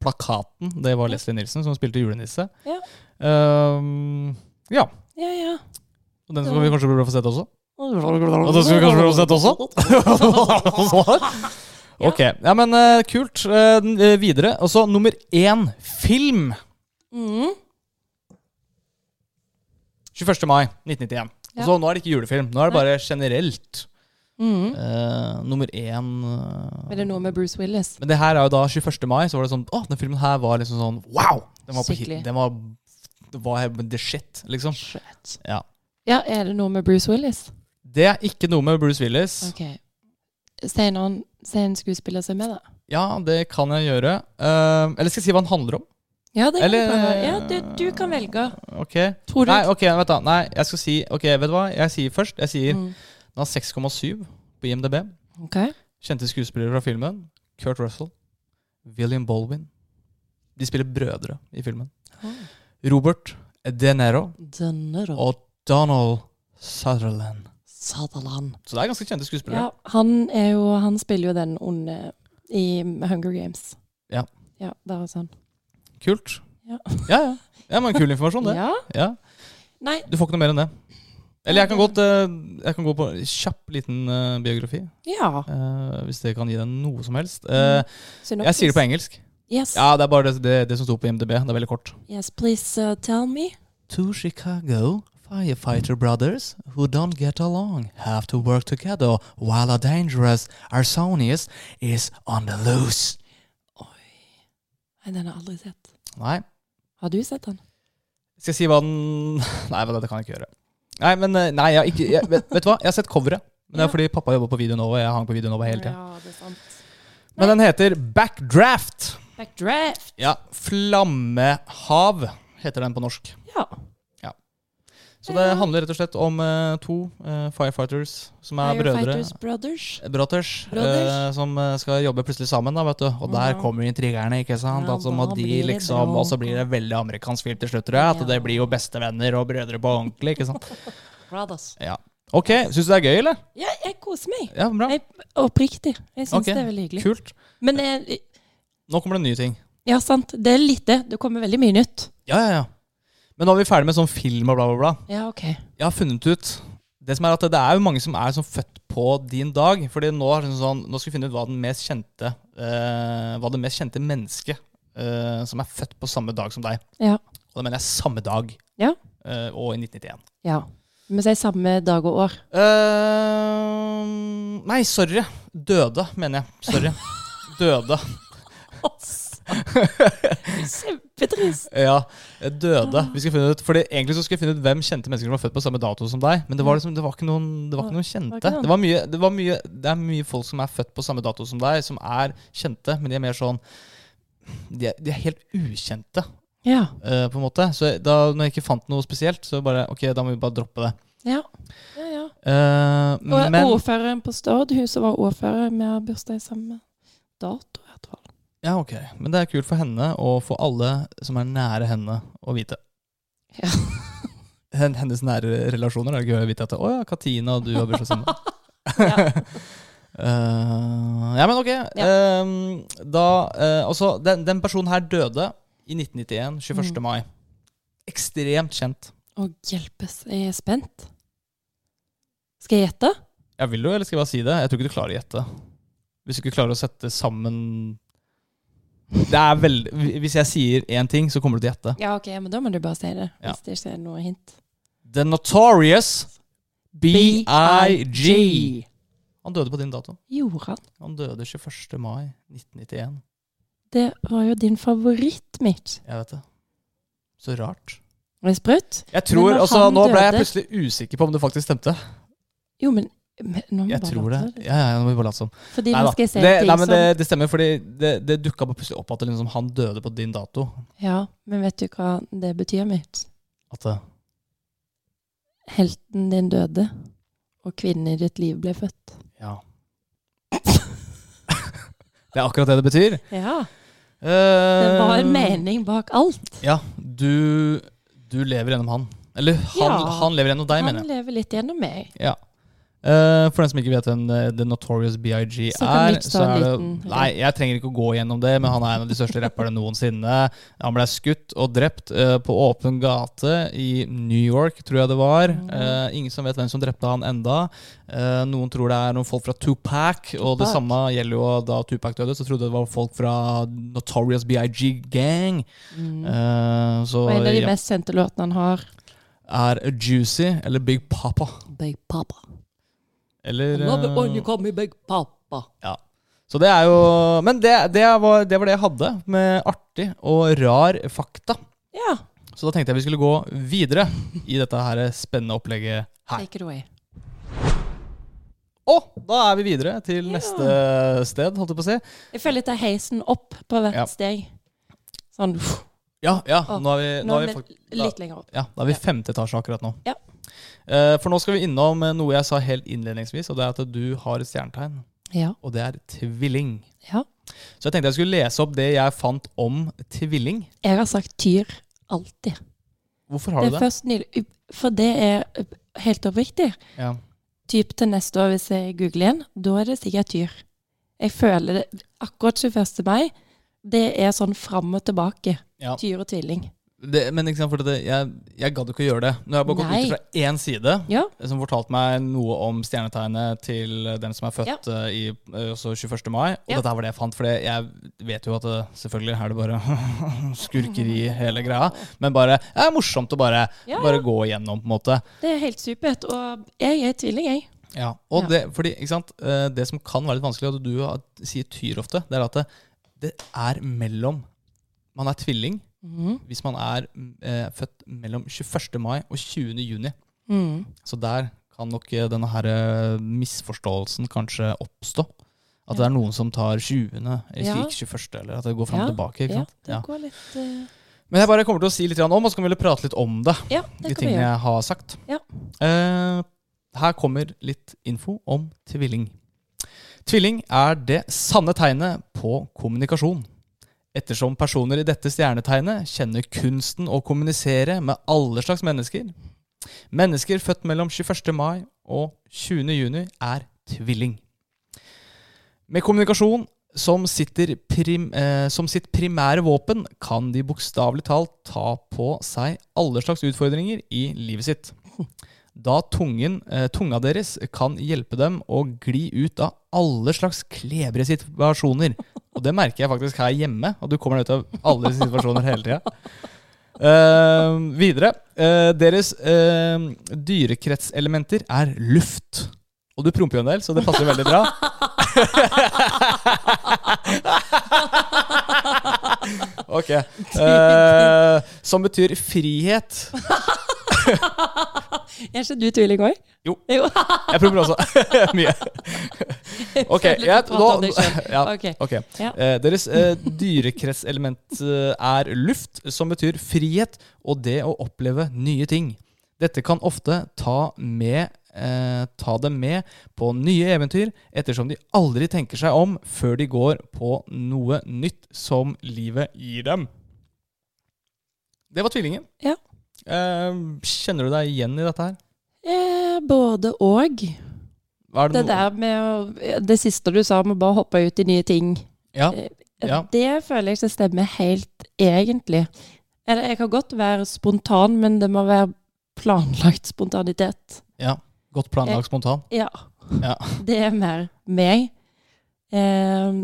Speaker 1: plakaten, det var Leslie Nilsen, som spilte julenisse.
Speaker 2: Ja.
Speaker 1: Eh, ja.
Speaker 2: Ja, ja.
Speaker 1: Og den skal vi kanskje prøve å få sett også.
Speaker 2: Og
Speaker 1: Og den skal vi kanskje prøve å få sett også?
Speaker 2: [laughs]
Speaker 1: [laughs] ok. Ja, men eh, kult. Eh, den, eh, videre. Og så nummer én film.
Speaker 2: Mm.
Speaker 1: 21. mai 1991.
Speaker 2: Ja.
Speaker 1: Og så nå er det ikke julefilm. Nå er det bare generelt.
Speaker 2: Mm.
Speaker 1: Eh, nummer én eh,
Speaker 2: Er det noe med Bruce Willis?
Speaker 1: Men det her er jo da 21. mai, så var det sånn Å, den filmen her var liksom sånn wow! Den var på hit.
Speaker 2: Skikkelig.
Speaker 1: Den var, det var the shit, liksom.
Speaker 2: Shit.
Speaker 1: Ja.
Speaker 2: Ja, er det noe med Bruce Willis?
Speaker 1: Det er ikke noe med Bruce Willis.
Speaker 2: Ok. Se noen, se en skuespiller som er med, da.
Speaker 1: Ja, det kan jeg gjøre. Eh, eller skal jeg si hva den handler om?
Speaker 2: Ja, det kan
Speaker 1: Eller-
Speaker 2: du prøve. Ja, du, du kan velge.
Speaker 1: Ok.
Speaker 2: Tror du
Speaker 1: Nei, ok, vent da. Nei, jeg skal si Ok, vet du hva? Jeg sier først Jeg sier
Speaker 2: Mm.
Speaker 1: den har 6,7 på IMDb.
Speaker 2: Ok.
Speaker 1: Kjente skuespillere fra filmen. Kurt Russell. William Baldwin. De spiller brødre i filmen. Robert De Niro
Speaker 2: Denne da.
Speaker 1: og Donald Sutherland.
Speaker 2: Sutherland.
Speaker 1: Så det er ganske kjente skuespillere.
Speaker 2: Ja, han, er jo, han spiller jo den onde i Hunger Games.
Speaker 1: Ja.
Speaker 2: Ja, der er sånn.
Speaker 1: Kult.
Speaker 2: Ja.
Speaker 1: ja, ja. Ja, men Kul informasjon, det.
Speaker 2: Ja?
Speaker 1: Ja.
Speaker 2: Nei,
Speaker 1: Du får ikke noe mer enn det. Eller jeg kan godt eh, Jeg kan gå på en kjapp liten eh, biografi.
Speaker 2: ja.
Speaker 1: eh, hvis det kan gi deg noe som helst. Eh,
Speaker 2: Mm, Synopsis.
Speaker 1: jeg sier det på engelsk.
Speaker 2: Yes,
Speaker 1: Ja, det er bare det, det, det som sto på IMDb. Det er veldig kort.
Speaker 2: yes please uh, tell me.
Speaker 1: Two Chicago firefighter brothers who don't get along have to work together while a dangerous Arsonius is on the loose.
Speaker 2: Nei, den har jeg aldri sett.
Speaker 1: Nei.
Speaker 2: Har du sett den?
Speaker 1: Skal jeg si hva den [laughs] Nei, men det kan jeg ikke gjøre. Nei, men eh, nei, jeg, har ikke, jeg, vet, vet du hva? Jeg har sett coveret. Men det
Speaker 2: Ja.
Speaker 1: er fordi pappa jobber på Videonova. og Jeg hang på Videonova hele tida.
Speaker 2: Ja, det er sant.
Speaker 1: Men den heter Backdraft.
Speaker 2: Backdraft.
Speaker 1: Ja, Flammehav heter den på norsk.
Speaker 2: Ja.
Speaker 1: Så det handler rett og slett om eh, to eh, firefighters som er brødre.
Speaker 2: Firefighters Brothers.
Speaker 1: Brothers,
Speaker 2: Brothers.
Speaker 1: Eh, som eh, skal jobbe plutselig sammen. da, vet du. Og der
Speaker 2: Mhm.
Speaker 1: kommer intrigerne. ikke sant?
Speaker 2: Ja,
Speaker 1: altså,
Speaker 2: da
Speaker 1: må de
Speaker 2: blir det
Speaker 1: liksom,
Speaker 2: bråk.
Speaker 1: Og så blir det veldig amerikansk film til slutt. tror jeg, At
Speaker 2: Ja.
Speaker 1: det blir jo bestevenner og brødre på ordentlig. ikke sant? [laughs]
Speaker 2: Brothers.
Speaker 1: Ja. Ok, Syns du det er gøy, eller?
Speaker 2: Ja, jeg koser meg.
Speaker 1: Ja, bra.
Speaker 2: Jeg- Oppriktig. Jeg syns
Speaker 1: Ok,
Speaker 2: det er veldig hyggelig.
Speaker 1: Kult.
Speaker 2: Men det, er-
Speaker 1: Nå kommer det nye ting.
Speaker 2: ja, sant. Det er lite. Det kommer veldig mye nytt.
Speaker 1: Ja, ja, ja. Men nå er vi ferdig med sånn film og bla, bla, bla.
Speaker 2: Ja, OK.
Speaker 1: Jeg har funnet ut Det som er at det er jo mange som er sånn født på din dag. Fordi nå, er det sånn, nå skal vi finne ut hva, den mest kjente, eh, hva det mest kjente mennesket eh, som er født på samme dag som deg.
Speaker 2: Ja.
Speaker 1: Og da mener jeg samme dag.
Speaker 2: Ja.
Speaker 1: Eh, og i 1991.
Speaker 2: ja. Vi sier samme dag og år.
Speaker 1: Eh, nei, sorry. Døde, mener jeg. [laughs] Sorry. Døde.
Speaker 2: [laughs] Kjempetrist.
Speaker 1: Ja, døde. Vi skal finne ut, fordi Egentlig så skulle jeg finne ut hvem kjente mennesker som var født på samme dato som deg. Men det var liksom, det var ikke noen, det var ikke noen
Speaker 2: var
Speaker 1: kjente.
Speaker 2: ikke noen.
Speaker 1: Det, var mye, det, var mye, det er mye folk som er født på samme dato som deg, som er kjente. Men de er mer sånn De er, de er helt ukjente,
Speaker 2: Ja.
Speaker 1: eh, på en måte. Så da når jeg ikke fant noe spesielt, så bare Ok, da må vi bare droppe det.
Speaker 2: Ja. ja, ja.
Speaker 1: Eh,
Speaker 2: Og
Speaker 1: men
Speaker 2: ordføreren på Stord, hun som var ordfører, vi har bursdag samme dato. i hvert fall.
Speaker 1: Ja, ok. Men det er kult for henne og for alle som er nære henne, å vite.
Speaker 2: Ja.
Speaker 1: [laughs] Hen- Hennes nære relasjoner er det gøy å vite at Å ja, Katina og du har bursdag sammen.
Speaker 2: [laughs]
Speaker 1: [laughs]
Speaker 2: Ja.
Speaker 1: Eh, ja, men ok.
Speaker 2: Ja.
Speaker 1: Ehm, da eh, Altså, den, den personen her døde i 1991, 21.
Speaker 2: Mm.
Speaker 1: mai. Ekstremt kjent.
Speaker 2: Å, hjelpes. Jeg er spent. Skal jeg gjette?
Speaker 1: Ja, vil du, eller skal jeg bare si det? Jeg tror ikke du klarer å gjette. Hvis du ikke klarer å sette sammen Det er veldig Hvis jeg sier én ting, så kommer du til å gjette.
Speaker 2: Ja, ok, men da må du bare si det.
Speaker 1: Ja.
Speaker 2: Hvis det ikke er noe hint.
Speaker 1: The Notorious BIG. Han døde på din dato.
Speaker 2: Gjorde han?
Speaker 1: Han døde 21. mai 1991.
Speaker 2: Det var jo din favoritt, Mitch.
Speaker 1: Jeg vet det. Så rart.
Speaker 2: Var det sprøtt?
Speaker 1: Jeg tror,
Speaker 2: når
Speaker 1: altså
Speaker 2: han
Speaker 1: Nå ble jeg
Speaker 2: døde-
Speaker 1: plutselig usikker på om det faktisk stemte.
Speaker 2: Jo, men, men nå må
Speaker 1: Jeg
Speaker 2: vi bare liksom.
Speaker 1: tror det.
Speaker 2: late være.
Speaker 1: Ja, ja, ja, nå må vi bare late som.
Speaker 2: Fordi
Speaker 1: Nei
Speaker 2: nå
Speaker 1: da.
Speaker 2: skal jeg si
Speaker 1: det,
Speaker 2: en ting
Speaker 1: nei, men det,
Speaker 2: som
Speaker 1: det stemmer, fordi det, det dukka bare plutselig opp at det liksom, han døde på din dato.
Speaker 2: Ja, men vet du hva det betyr, Mitch?
Speaker 1: At det,
Speaker 2: Helten din døde, og kvinnen i ditt liv ble født.
Speaker 1: Ja. [laughs] det er akkurat det det betyr.
Speaker 2: Ja. Det
Speaker 1: Eh,
Speaker 2: var en mening bak alt.
Speaker 1: Ja. Du, du lever gjennom han. Eller han,
Speaker 2: Ja.
Speaker 1: han lever gjennom deg,
Speaker 2: Han
Speaker 1: mener jeg.
Speaker 2: lever litt gjennom meg.
Speaker 1: Ja. Eh, for den som ikke vet hvem eh, The Notorious BIG
Speaker 2: Så kan
Speaker 1: er,
Speaker 2: Mitch ta en
Speaker 1: det
Speaker 2: liten-
Speaker 1: Nei, jeg trenger ikke å gå gjennom det, men han er en av de største rapperne [laughs] noensinne. Han ble skutt og drept eh, på åpen gate i New York, tror jeg det var.
Speaker 2: Mm.
Speaker 1: Eh, ingen som vet hvem som drepte han enda. Eh, noen tror det er noen folk fra Tupac, og det
Speaker 2: Tupac.
Speaker 1: samme gjelder jo da Tupac døde, så trodde jeg det var folk fra Notorious BIG Gang. Eh, så
Speaker 2: Mm. Og en av de
Speaker 1: ja,
Speaker 2: mest kjente låtene han har,
Speaker 1: er Juicy eller Big Papa.
Speaker 2: Big Papa.
Speaker 1: Eller eh,
Speaker 2: me Big Papa.
Speaker 1: Ja. Så det er jo Men det, det, var, det var det jeg hadde med artig og rar fakta.
Speaker 2: Ja,
Speaker 1: Så da tenkte jeg vi skulle gå videre i dette her spennende opplegget her.
Speaker 2: take it away.
Speaker 1: Og da er vi videre til neste sted, holdt jeg på å si.
Speaker 2: Jeg føler litt av heisen opp på hvert
Speaker 1: Ja.
Speaker 2: steg. Sånn, pff,
Speaker 1: Ja, ja.
Speaker 2: Å,
Speaker 1: Nå er vi, Eh, nå
Speaker 2: nå
Speaker 1: er
Speaker 2: er
Speaker 1: vi fakt-
Speaker 2: vi litt lenger opp.
Speaker 1: ja, da er vi i femte etasje akkurat nå.
Speaker 2: Ja.
Speaker 1: Eh, For nå skal vi innom eh, noe jeg sa helt innledningsvis, og det er at du har et stjernetegn.
Speaker 2: Ja,
Speaker 1: Og det er tvilling.
Speaker 2: ja.
Speaker 1: Så jeg tenkte jeg skulle lese opp det jeg fant om tvilling.
Speaker 2: Jeg har sagt tyr alltid.
Speaker 1: Hvorfor
Speaker 2: Det
Speaker 1: har du
Speaker 2: er
Speaker 1: det?
Speaker 2: først nylig, for det er helt oppriktig.
Speaker 1: Ja.
Speaker 2: Typ til neste år hvis jeg googler igjen, da er det sikkert tyr. Jeg føler det akkurat 21. mai, det er sånn fram og tilbake.
Speaker 1: Ja.
Speaker 2: Tyr og tvilling.
Speaker 1: det, men ikke sant, for det, jeg, jeg gadd ikke å gjøre det. Nå har jeg bare gått
Speaker 2: Nei.
Speaker 1: ut fra én side,
Speaker 2: Ja,
Speaker 1: eh, som fortalte meg noe om stjernetegnet til eh, den som er født
Speaker 2: Ja.
Speaker 1: eh, i, eh, også 21. mai. Og
Speaker 2: Ja.
Speaker 1: dette var det jeg fant, for jeg vet jo at eh, selvfølgelig er det bare [laughs] skurkeri, hele greia. Men bare, det er morsomt å bare,
Speaker 2: Ja,
Speaker 1: bare gå igjennom, på en måte.
Speaker 2: det er helt supert. Og jeg er tvilling, jeg.
Speaker 1: Ja, og
Speaker 2: Ja.
Speaker 1: Det, fordi, ikke sant? eh, det som kan være litt vanskelig, og du har- sier tyr ofte, det er at det, det er mellom Man er tvilling
Speaker 2: Mm,
Speaker 1: hvis man er eh, født mellom 21. mai og 20. juni.
Speaker 2: Mm.
Speaker 1: Så der kan nok eh, denne her eh, misforståelsen kanskje oppstå. At det er noen som tar 20., eh,
Speaker 2: Ja.
Speaker 1: ikke 21., eller at det går fram
Speaker 2: Ja,
Speaker 1: og tilbake. ikke
Speaker 2: Ja,
Speaker 1: sant?
Speaker 2: det
Speaker 1: Ja.
Speaker 2: går litt eh,
Speaker 1: Men jeg bare kommer til å si litt grann om, og så kan vi vel prate litt om det.
Speaker 2: Ja,
Speaker 1: de
Speaker 2: det kan vi
Speaker 1: tingene
Speaker 2: gjøre.
Speaker 1: jeg har sagt.
Speaker 2: Ja.
Speaker 1: Eh, her kommer litt info om tvilling. Tvilling er det sanne tegnet på kommunikasjon. Ettersom personer i dette stjernetegnet kjenner kunsten å kommunisere med alle slags mennesker. Mennesker født mellom 21. mai og 20. juni er tvilling. Med kommunikasjon som, sitter prim, eh, som sitt primære våpen kan de bokstavelig talt ta på seg alle slags utfordringer i livet sitt. Da tungen, eh, tunga deres kan hjelpe dem å gli ut av alle slags klebrige situasjoner. Og det merker jeg faktisk her hjemme, at du kommer deg ut av alle situasjoner hele tida. Eh, videre. Eh, deres eh, dyrekretselementer er luft. Og du promper jo en del, så det passer veldig bra. [laughs] ok. Eh, som betyr frihet.
Speaker 2: Er ikke du tvilling òg?
Speaker 1: Jo.
Speaker 2: jo.
Speaker 1: Jeg promper også. [laughs] Mye. Ok,
Speaker 2: Føler du
Speaker 1: ja,
Speaker 2: prater om
Speaker 1: nå,
Speaker 2: deg selv.
Speaker 1: [laughs] ja,
Speaker 2: Ok.
Speaker 1: ok.
Speaker 2: Ja.
Speaker 1: Eh, deres eh, dyrekretselement eh, er luft, som betyr frihet og det å oppleve nye ting. Dette kan ofte ta, med, eh, ta dem med på nye eventyr, ettersom de aldri tenker seg om før de går på noe nytt som livet gir dem. Det var tvillingen.
Speaker 2: Ja.
Speaker 1: Eh, kjenner du deg igjen i dette her?
Speaker 2: Eh, både og.
Speaker 1: Er
Speaker 2: Det
Speaker 1: noe-
Speaker 2: der med å, det siste du sa om å bare hoppe ut i nye ting, Eh,
Speaker 1: Ja. Ja.
Speaker 2: det føler jeg ikke stemmer helt egentlig. Eller jeg kan godt være spontan, men det må være planlagt spontanitet.
Speaker 1: ja. Godt planlagt spontan.
Speaker 2: Ja.
Speaker 1: Ja.
Speaker 2: Det er mer meg. Eh,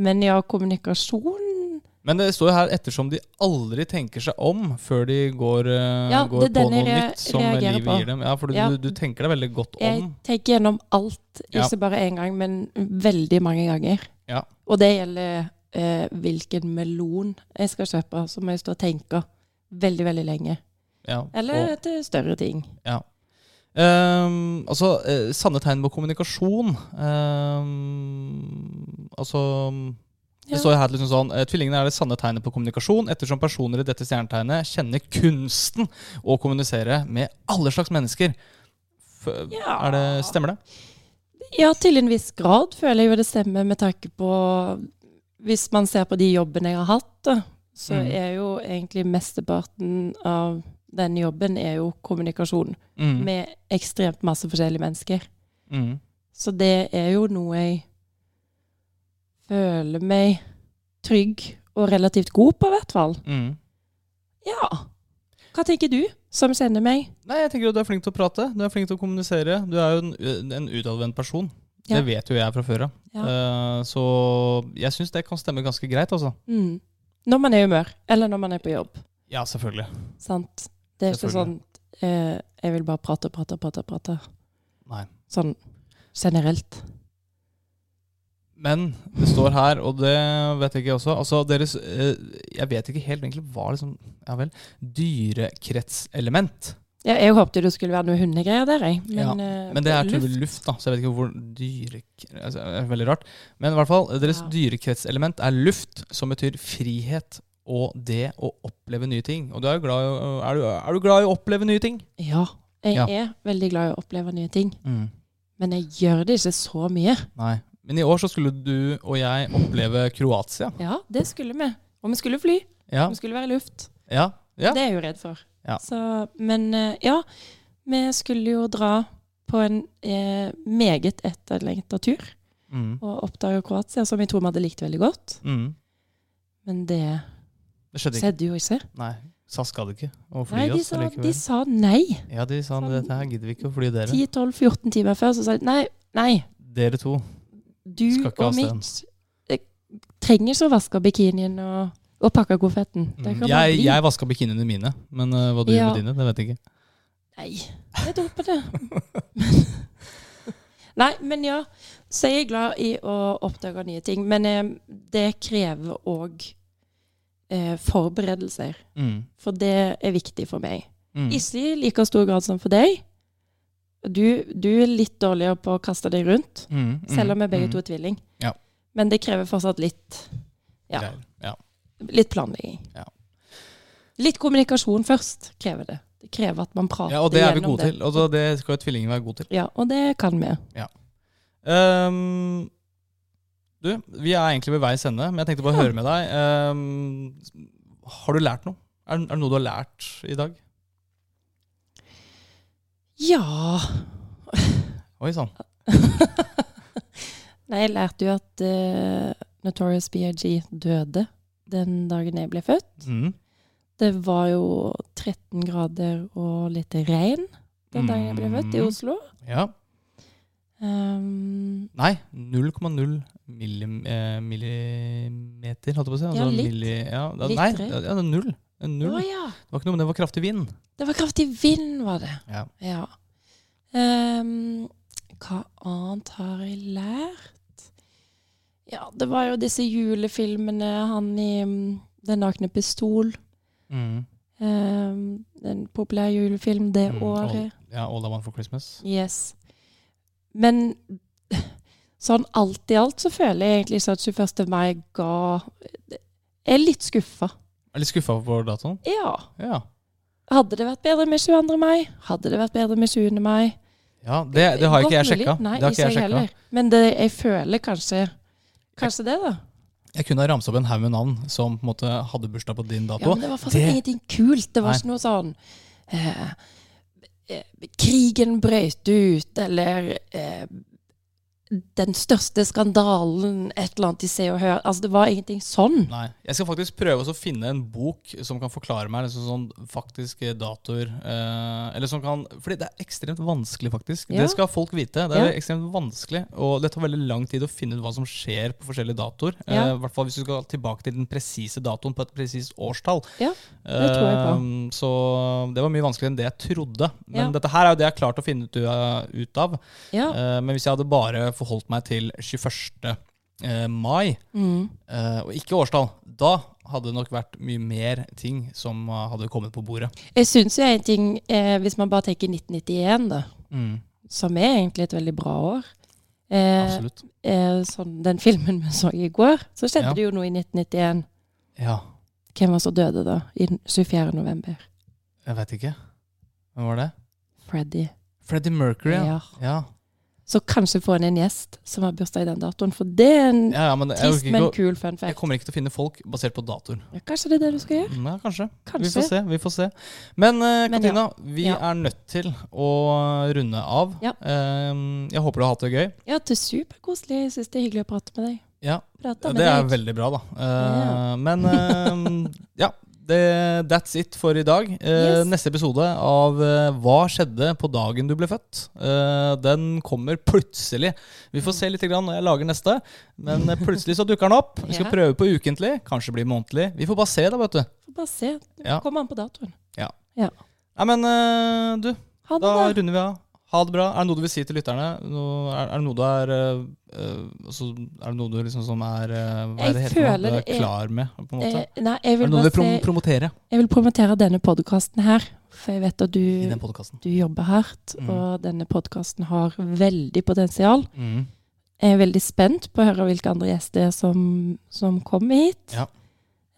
Speaker 2: men ja, kommunikasjon
Speaker 1: Men det står jo her ettersom de aldri tenker seg om før de går, eh,
Speaker 2: Ja,
Speaker 1: går
Speaker 2: det
Speaker 1: på
Speaker 2: er den
Speaker 1: noe
Speaker 2: jeg re-
Speaker 1: nytt som
Speaker 2: reagerer
Speaker 1: livet
Speaker 2: på.
Speaker 1: gir dem. Ja, for du,
Speaker 2: Ja.
Speaker 1: du, du tenker deg veldig godt om.
Speaker 2: Jeg tenker gjennom alt,
Speaker 1: Ja.
Speaker 2: ikke bare én gang, men veldig mange ganger.
Speaker 1: Ja.
Speaker 2: Og det gjelder eh, hvilken melon jeg skal kjøpe, så må jeg stå og tenke veldig, veldig lenge.
Speaker 1: Ja,
Speaker 2: Eller
Speaker 1: og,
Speaker 2: til større ting.
Speaker 1: Ehm, altså, eh, sanne tegn på kommunikasjon. Ehm, altså Det
Speaker 2: Ja.
Speaker 1: står jo her liksom sånn eh, Tvillingene er det sanne tegnet på kommunikasjon, ettersom personer i dette stjernetegnet kjenner kunsten å kommunisere med alle slags mennesker. F
Speaker 2: Ja.
Speaker 1: er det, stemmer det?
Speaker 2: Ja, til en viss grad føler jeg jo det stemmer med tanke på Hvis man ser på de jobbene jeg har hatt, da, så
Speaker 1: Mm.
Speaker 2: er jo egentlig mesteparten av den jobben er jo kommunikasjon
Speaker 1: Mm.
Speaker 2: med ekstremt masse forskjellige mennesker.
Speaker 1: Mm.
Speaker 2: Så det er jo noe jeg føler meg trygg og relativt god på, i hvert fall.
Speaker 1: Mm.
Speaker 2: Ja. Hva tenker du, som kjenner meg?
Speaker 1: Nei, jeg tenker at du er flink til å prate. Du er flink til å kommunisere. Du er jo en, en utadvendt person.
Speaker 2: Ja.
Speaker 1: Det vet jo jeg fra før av. Eh, så jeg syns det kan stemme ganske greit, altså.
Speaker 2: Mm. Når man er i humør, eller når man er på jobb.
Speaker 1: Ja, selvfølgelig.
Speaker 2: Sant. Det er ikke sånn eh, Jeg vil bare prate, prate, prate. prate.
Speaker 1: Nei.
Speaker 2: Sånn generelt.
Speaker 1: Men det står her, og det vet jeg ikke også Altså deres eh, Jeg vet ikke helt egentlig hva liksom Ja vel. Dyrekretselement.
Speaker 2: Ja, jeg håpte det skulle være noe hundegreier der, jeg. Men,
Speaker 1: Ja,
Speaker 2: eh,
Speaker 1: Men det er
Speaker 2: luft-
Speaker 1: tydeligvis luft, da, så jeg vet ikke hvor dyre... Altså, det er veldig rart. Men i hvert fall, deres
Speaker 2: Ja.
Speaker 1: dyrekretselement er luft, som betyr frihet og det å oppleve nye ting. Og du er, jo glad, i å- er, du, er du glad i å oppleve nye ting?
Speaker 2: Ja. Jeg
Speaker 1: Ja.
Speaker 2: er veldig glad i å oppleve nye ting. Men jeg gjør det ikke så mye.
Speaker 1: Mm, Nei. Men i år så skulle du og jeg oppleve Kroatia.
Speaker 2: Ja, det skulle vi. Og vi skulle fly.
Speaker 1: Ja.
Speaker 2: Vi skulle være i luft.
Speaker 1: ja. Ja.
Speaker 2: Det er jeg jo redd for.
Speaker 1: Ja.
Speaker 2: Så, men eh, ja, vi skulle jo dra på en eh, meget etterlengta tur
Speaker 1: Mm.
Speaker 2: og oppdage Kroatia, som jeg tror vi hadde likt veldig godt.
Speaker 1: Mm.
Speaker 2: Men det
Speaker 1: Det skjedde ikke.
Speaker 2: skjedde jo ikke.
Speaker 1: Nei. SAS gadd ikke å fly
Speaker 2: Nei, de
Speaker 1: oss
Speaker 2: sa,
Speaker 1: allikevel.
Speaker 2: de sa nei.
Speaker 1: Ja, de sa dette her gidder vi ikke å fly dere.
Speaker 2: 10-12-14 timer før så sa de nei, nei,
Speaker 1: Dere to.
Speaker 2: du
Speaker 1: Skal ikke ha
Speaker 2: og Mitch eh, trenger ikke å vaske bikinien og, og pakke konfetten. Det
Speaker 1: Mm.
Speaker 2: kan bare
Speaker 1: Jeg,
Speaker 2: bli.
Speaker 1: jeg vaska bikiniene mine, men eh, hva du
Speaker 2: Ja.
Speaker 1: gjorde med dine, det vet jeg ikke.
Speaker 2: Nei, jeg tror på det. [laughs] nei, men ja. Så jeg er glad i å oppdage nye ting. Men eh, det krever òg eh, forberedelser.
Speaker 1: Mm.
Speaker 2: For det er viktig for meg.
Speaker 1: Mm.
Speaker 2: Ikke i like stor grad som for deg. Du, du er litt dårligere på å kaste deg rundt,
Speaker 1: Mm. Mm.
Speaker 2: selv om vi begge
Speaker 1: Mm.
Speaker 2: to er tvilling.
Speaker 1: Ja.
Speaker 2: Men det krever fortsatt litt, ja,
Speaker 1: Greier. Ja.
Speaker 2: litt planlegging.
Speaker 1: Ja.
Speaker 2: Litt kommunikasjon først krever det. Det krever at man prater
Speaker 1: ja, og det er vi
Speaker 2: gjennom
Speaker 1: gode til. Og så det skal jo tvillingene være gode til.
Speaker 2: Ja, og det kan vi.
Speaker 1: Ehm, du, vi er egentlig ved veis ende, men jeg tenkte bare å
Speaker 2: Ja.
Speaker 1: høre med deg. Ehm, har du lært noe? Er, er det noe du har lært i dag?
Speaker 2: Ja
Speaker 1: Oi sånn. sann.
Speaker 2: Nei, jeg lærte jo at eh, Notorious BRG døde den dagen jeg ble født.
Speaker 1: Mm.
Speaker 2: Det var jo 13 grader og litt regn den dagen jeg ble født, i
Speaker 1: Mm.
Speaker 2: Oslo.
Speaker 1: Ja.
Speaker 2: Um,
Speaker 1: Nei, 0,0 millim, eh, millimeter, holdt jeg på å si. Altså
Speaker 2: Ja, litt.
Speaker 1: milli- ja, da,
Speaker 2: Litt
Speaker 1: nei,
Speaker 2: drøyt.
Speaker 1: ja, det er null. Det er
Speaker 2: å
Speaker 1: null.
Speaker 2: ja!
Speaker 1: Det var ikke noe, men det var kraftig vind.
Speaker 2: Det var kraftig vind, var det.
Speaker 1: Ja.
Speaker 2: Ja. Ehm, hva annet har jeg lært? Ja, det var jo disse julefilmene. Han i mm, Den nakne pistol.
Speaker 1: Mm.
Speaker 2: ehm, en populær julefilm det
Speaker 1: Mm,
Speaker 2: året.
Speaker 1: Ja, All I Want for Christmas.
Speaker 2: Yes. Men [laughs] sånn alt i alt så føler jeg egentlig sånn at 21. mai ga Jeg er litt skuffa.
Speaker 1: Jeg er litt skuffa over datoen.
Speaker 2: Ja.
Speaker 1: Ja.
Speaker 2: Hadde det vært bedre med 22. mai? Hadde det vært bedre med 20. mai?
Speaker 1: ja det, det har ikke jeg
Speaker 2: Godt mulig.
Speaker 1: sjekka.
Speaker 2: Nei,
Speaker 1: Det har ikke jeg
Speaker 2: jeg
Speaker 1: sjekka.
Speaker 2: heller. Men det, jeg føler kanskje Kanskje det, da.
Speaker 1: Jeg kunne ha ramsa opp en haug med navn som på en måte hadde bursdag på din
Speaker 2: Ja,
Speaker 1: dato.
Speaker 2: men det var faktisk
Speaker 1: det-
Speaker 2: ingenting kult. Det var
Speaker 1: Nei.
Speaker 2: ikke noe sånn eh, eh, Krigen brøt ut, eller eh, Den største skandalen, et eller annet i Se og Hør. Altså, det var ingenting sånn.
Speaker 1: Nei. Jeg skal faktisk prøve å finne en bok som kan forklare meg liksom sånn faktiske datoer. Eh, eller som kan, fordi det er ekstremt vanskelig, faktisk.
Speaker 2: Ja.
Speaker 1: Det skal folk vite. Det er
Speaker 2: Ja.
Speaker 1: ekstremt vanskelig, og det tar veldig lang tid å finne ut hva som skjer på forskjellige datoer. Eh, I
Speaker 2: Ja.
Speaker 1: hvert fall hvis du skal tilbake til den presise datoen på et presist årstall.
Speaker 2: Ja, det tror jeg på.
Speaker 1: Eh, så det var mye vanskeligere enn det jeg trodde. Men
Speaker 2: Ja.
Speaker 1: dette her er jo det jeg har klart å finne ut, eh, ut av.
Speaker 2: Ja.
Speaker 1: Eh, men hvis jeg hadde bare forholdt meg til 21. eh, mai,
Speaker 2: Mm.
Speaker 1: Eh, og ikke årstall. Da hadde det nok vært mye mer ting som eh, hadde kommet på bordet.
Speaker 2: Jeg syns jo en ting, eh, hvis man bare tenker 1991, da,
Speaker 1: Mm.
Speaker 2: som er egentlig et veldig bra år eh,
Speaker 1: Absolutt.
Speaker 2: eh, sånn, Den filmen vi så i går, så skjedde
Speaker 1: Ja.
Speaker 2: det jo noe i 1991.
Speaker 1: Ja,
Speaker 2: Hvem var så døde da, i den 24. november?
Speaker 1: jeg veit ikke. Hvem var det?
Speaker 2: Freddy.
Speaker 1: Freddie Mercury, ja.
Speaker 2: Ja.
Speaker 1: ja.
Speaker 2: Så kanskje få inn en gjest som har bursdag i den datoen, for det er en
Speaker 1: ja, ja men jeg,
Speaker 2: trist,
Speaker 1: orker
Speaker 2: men
Speaker 1: ikke,
Speaker 2: kul fun
Speaker 1: å- jeg
Speaker 2: fact.
Speaker 1: kommer ikke til å finne folk basert på datoer. Mm,
Speaker 2: Ja, kanskje det er det du skal gjøre?
Speaker 1: Ja, kanskje. Vi får
Speaker 2: Kanskje.
Speaker 1: se. vi får se. Men eh,
Speaker 2: Men
Speaker 1: Katina, vi
Speaker 2: Ja.
Speaker 1: er nødt til å runde av.
Speaker 2: Ja.
Speaker 1: Eh, jeg håper du har hatt det gøy.
Speaker 2: Ja, det er superkoselig. Jeg syns det er hyggelig å prate med deg.
Speaker 1: Ja,
Speaker 2: Prate med
Speaker 1: det er
Speaker 2: deg.
Speaker 1: veldig bra, da. Eh,
Speaker 2: Ja.
Speaker 1: Men eh, ja, det, that's it for i dag. Eh,
Speaker 2: Yes.
Speaker 1: Neste episode av eh, Hva skjedde på dagen du ble født? Eh, den kommer plutselig. Vi får se litt grann når jeg lager neste. Men eh, plutselig så dukker den opp. Vi skal
Speaker 2: Ja.
Speaker 1: prøve på ukentlig. Kanskje blir månedlig. Vi får bare se, da, vet du.
Speaker 2: Får bare se.
Speaker 1: Ja.
Speaker 2: Kommer an på datoen.
Speaker 1: Nei, men eh, du,
Speaker 2: Ha det,
Speaker 1: da
Speaker 2: da.
Speaker 1: runder vi av. Ha det bra. Er det noe du vil si til lytterne? Noe, er, er det noe du er eh, eh, altså, Er det noe du liksom som er eh, Hva er det
Speaker 2: Jeg
Speaker 1: heter for
Speaker 2: føler
Speaker 1: noe? Du er
Speaker 2: det er-
Speaker 1: klar med, på en måte?
Speaker 2: Eh, nei, jeg
Speaker 1: Er det
Speaker 2: vil,
Speaker 1: noe du
Speaker 2: bare
Speaker 1: vil prom
Speaker 2: si,
Speaker 1: promotere
Speaker 2: jeg vil promotere denne podkasten her, for jeg vet at
Speaker 1: i
Speaker 2: du,
Speaker 1: den podkasten?
Speaker 2: du jobber hardt,
Speaker 1: Mm.
Speaker 2: og denne podkasten har veldig potensial.
Speaker 1: Mm.
Speaker 2: Jeg er veldig spent på å høre hvilke andre gjester som, som kommer hit.
Speaker 1: Ja.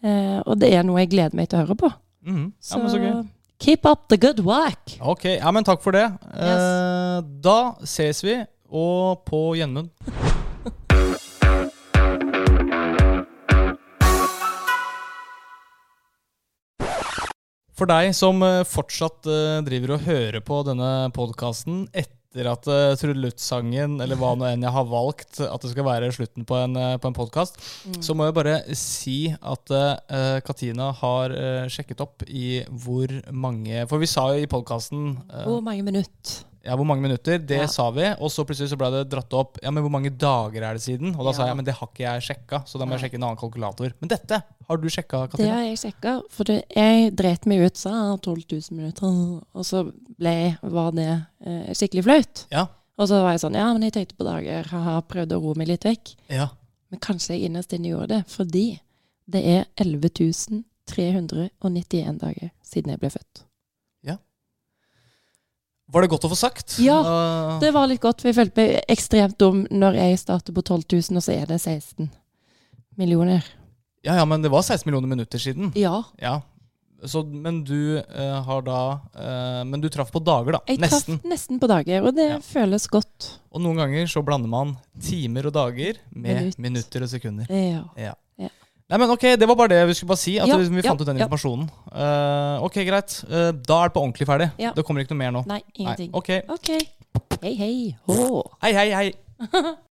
Speaker 2: Eh, og det er noe jeg gleder meg til å høre på.
Speaker 1: Mm.
Speaker 2: Så
Speaker 1: Ja, men så gøy.
Speaker 2: keep up the good work!
Speaker 1: Ok, ja, men takk for det. Eh, da ses vi, og på gjenmunn. [laughs] For deg som eh, fortsatt eh, driver og hører på denne podkasten etter at eh, trudelutt-sangen, eller hva nå enn jeg har valgt, at det skal være slutten på en, eh, på en podkast, så må jeg bare si at eh, Katina har eh, sjekket opp i hvor mange For vi sa jo i podkasten
Speaker 2: Hvor mange minutter?
Speaker 1: ja, hvor mange minutter? Det
Speaker 2: Ja.
Speaker 1: sa vi. Og så plutselig så ble det dratt opp Ja, men hvor mange dager er det siden? Og da sa
Speaker 2: Ja.
Speaker 1: jeg men det har ikke jeg sjekka, så da må jeg
Speaker 2: Nei.
Speaker 1: sjekke en annen kalkulator. Men dette har du sjekka,
Speaker 2: Det
Speaker 1: Katina.
Speaker 2: har jeg sjekka, for det, jeg dreit meg ut, sa 12 000 minutter. Og så ble, var det eh, skikkelig flaut.
Speaker 1: Ja.
Speaker 2: Og så var jeg sånn Ja, men jeg tenkte på dager. Haha, prøvde å roe meg litt vekk.
Speaker 1: Ja.
Speaker 2: Men kanskje jeg innerst inne gjorde det, fordi det er 11 391 dager siden jeg ble født.
Speaker 1: Var det godt å få sagt? Eh,
Speaker 2: Det var litt godt, for jeg følte meg ekstremt dum når jeg starter på 12 000, og så er det 16 millioner.
Speaker 1: ja, ja, men det var 16 millioner minutter siden.
Speaker 2: Ja.
Speaker 1: Ja. Så, men du eh, har da eh, Men du traff på dager, da.
Speaker 2: Jeg
Speaker 1: Nesten.
Speaker 2: traff nesten på dager, og det
Speaker 1: Ja.
Speaker 2: føles godt.
Speaker 1: Og noen ganger så blander man timer og dager med
Speaker 2: Minutt.
Speaker 1: minutter og sekunder.
Speaker 2: Ja.
Speaker 1: Ja.
Speaker 2: Ja.
Speaker 1: Nei, men ok, Det var bare det vi skulle bare si. At
Speaker 2: Ja,
Speaker 1: liksom vi
Speaker 2: ja,
Speaker 1: fant ut den
Speaker 2: ja.
Speaker 1: informasjonen. Eh, ok, greit. Eh, da er det på ordentlig ferdig.
Speaker 2: Ja.
Speaker 1: Det kommer ikke noe mer nå.
Speaker 2: Nei, ingenting.
Speaker 1: Ok.
Speaker 2: OK. Hei, hei. Hå.
Speaker 1: Hei, hei, hei.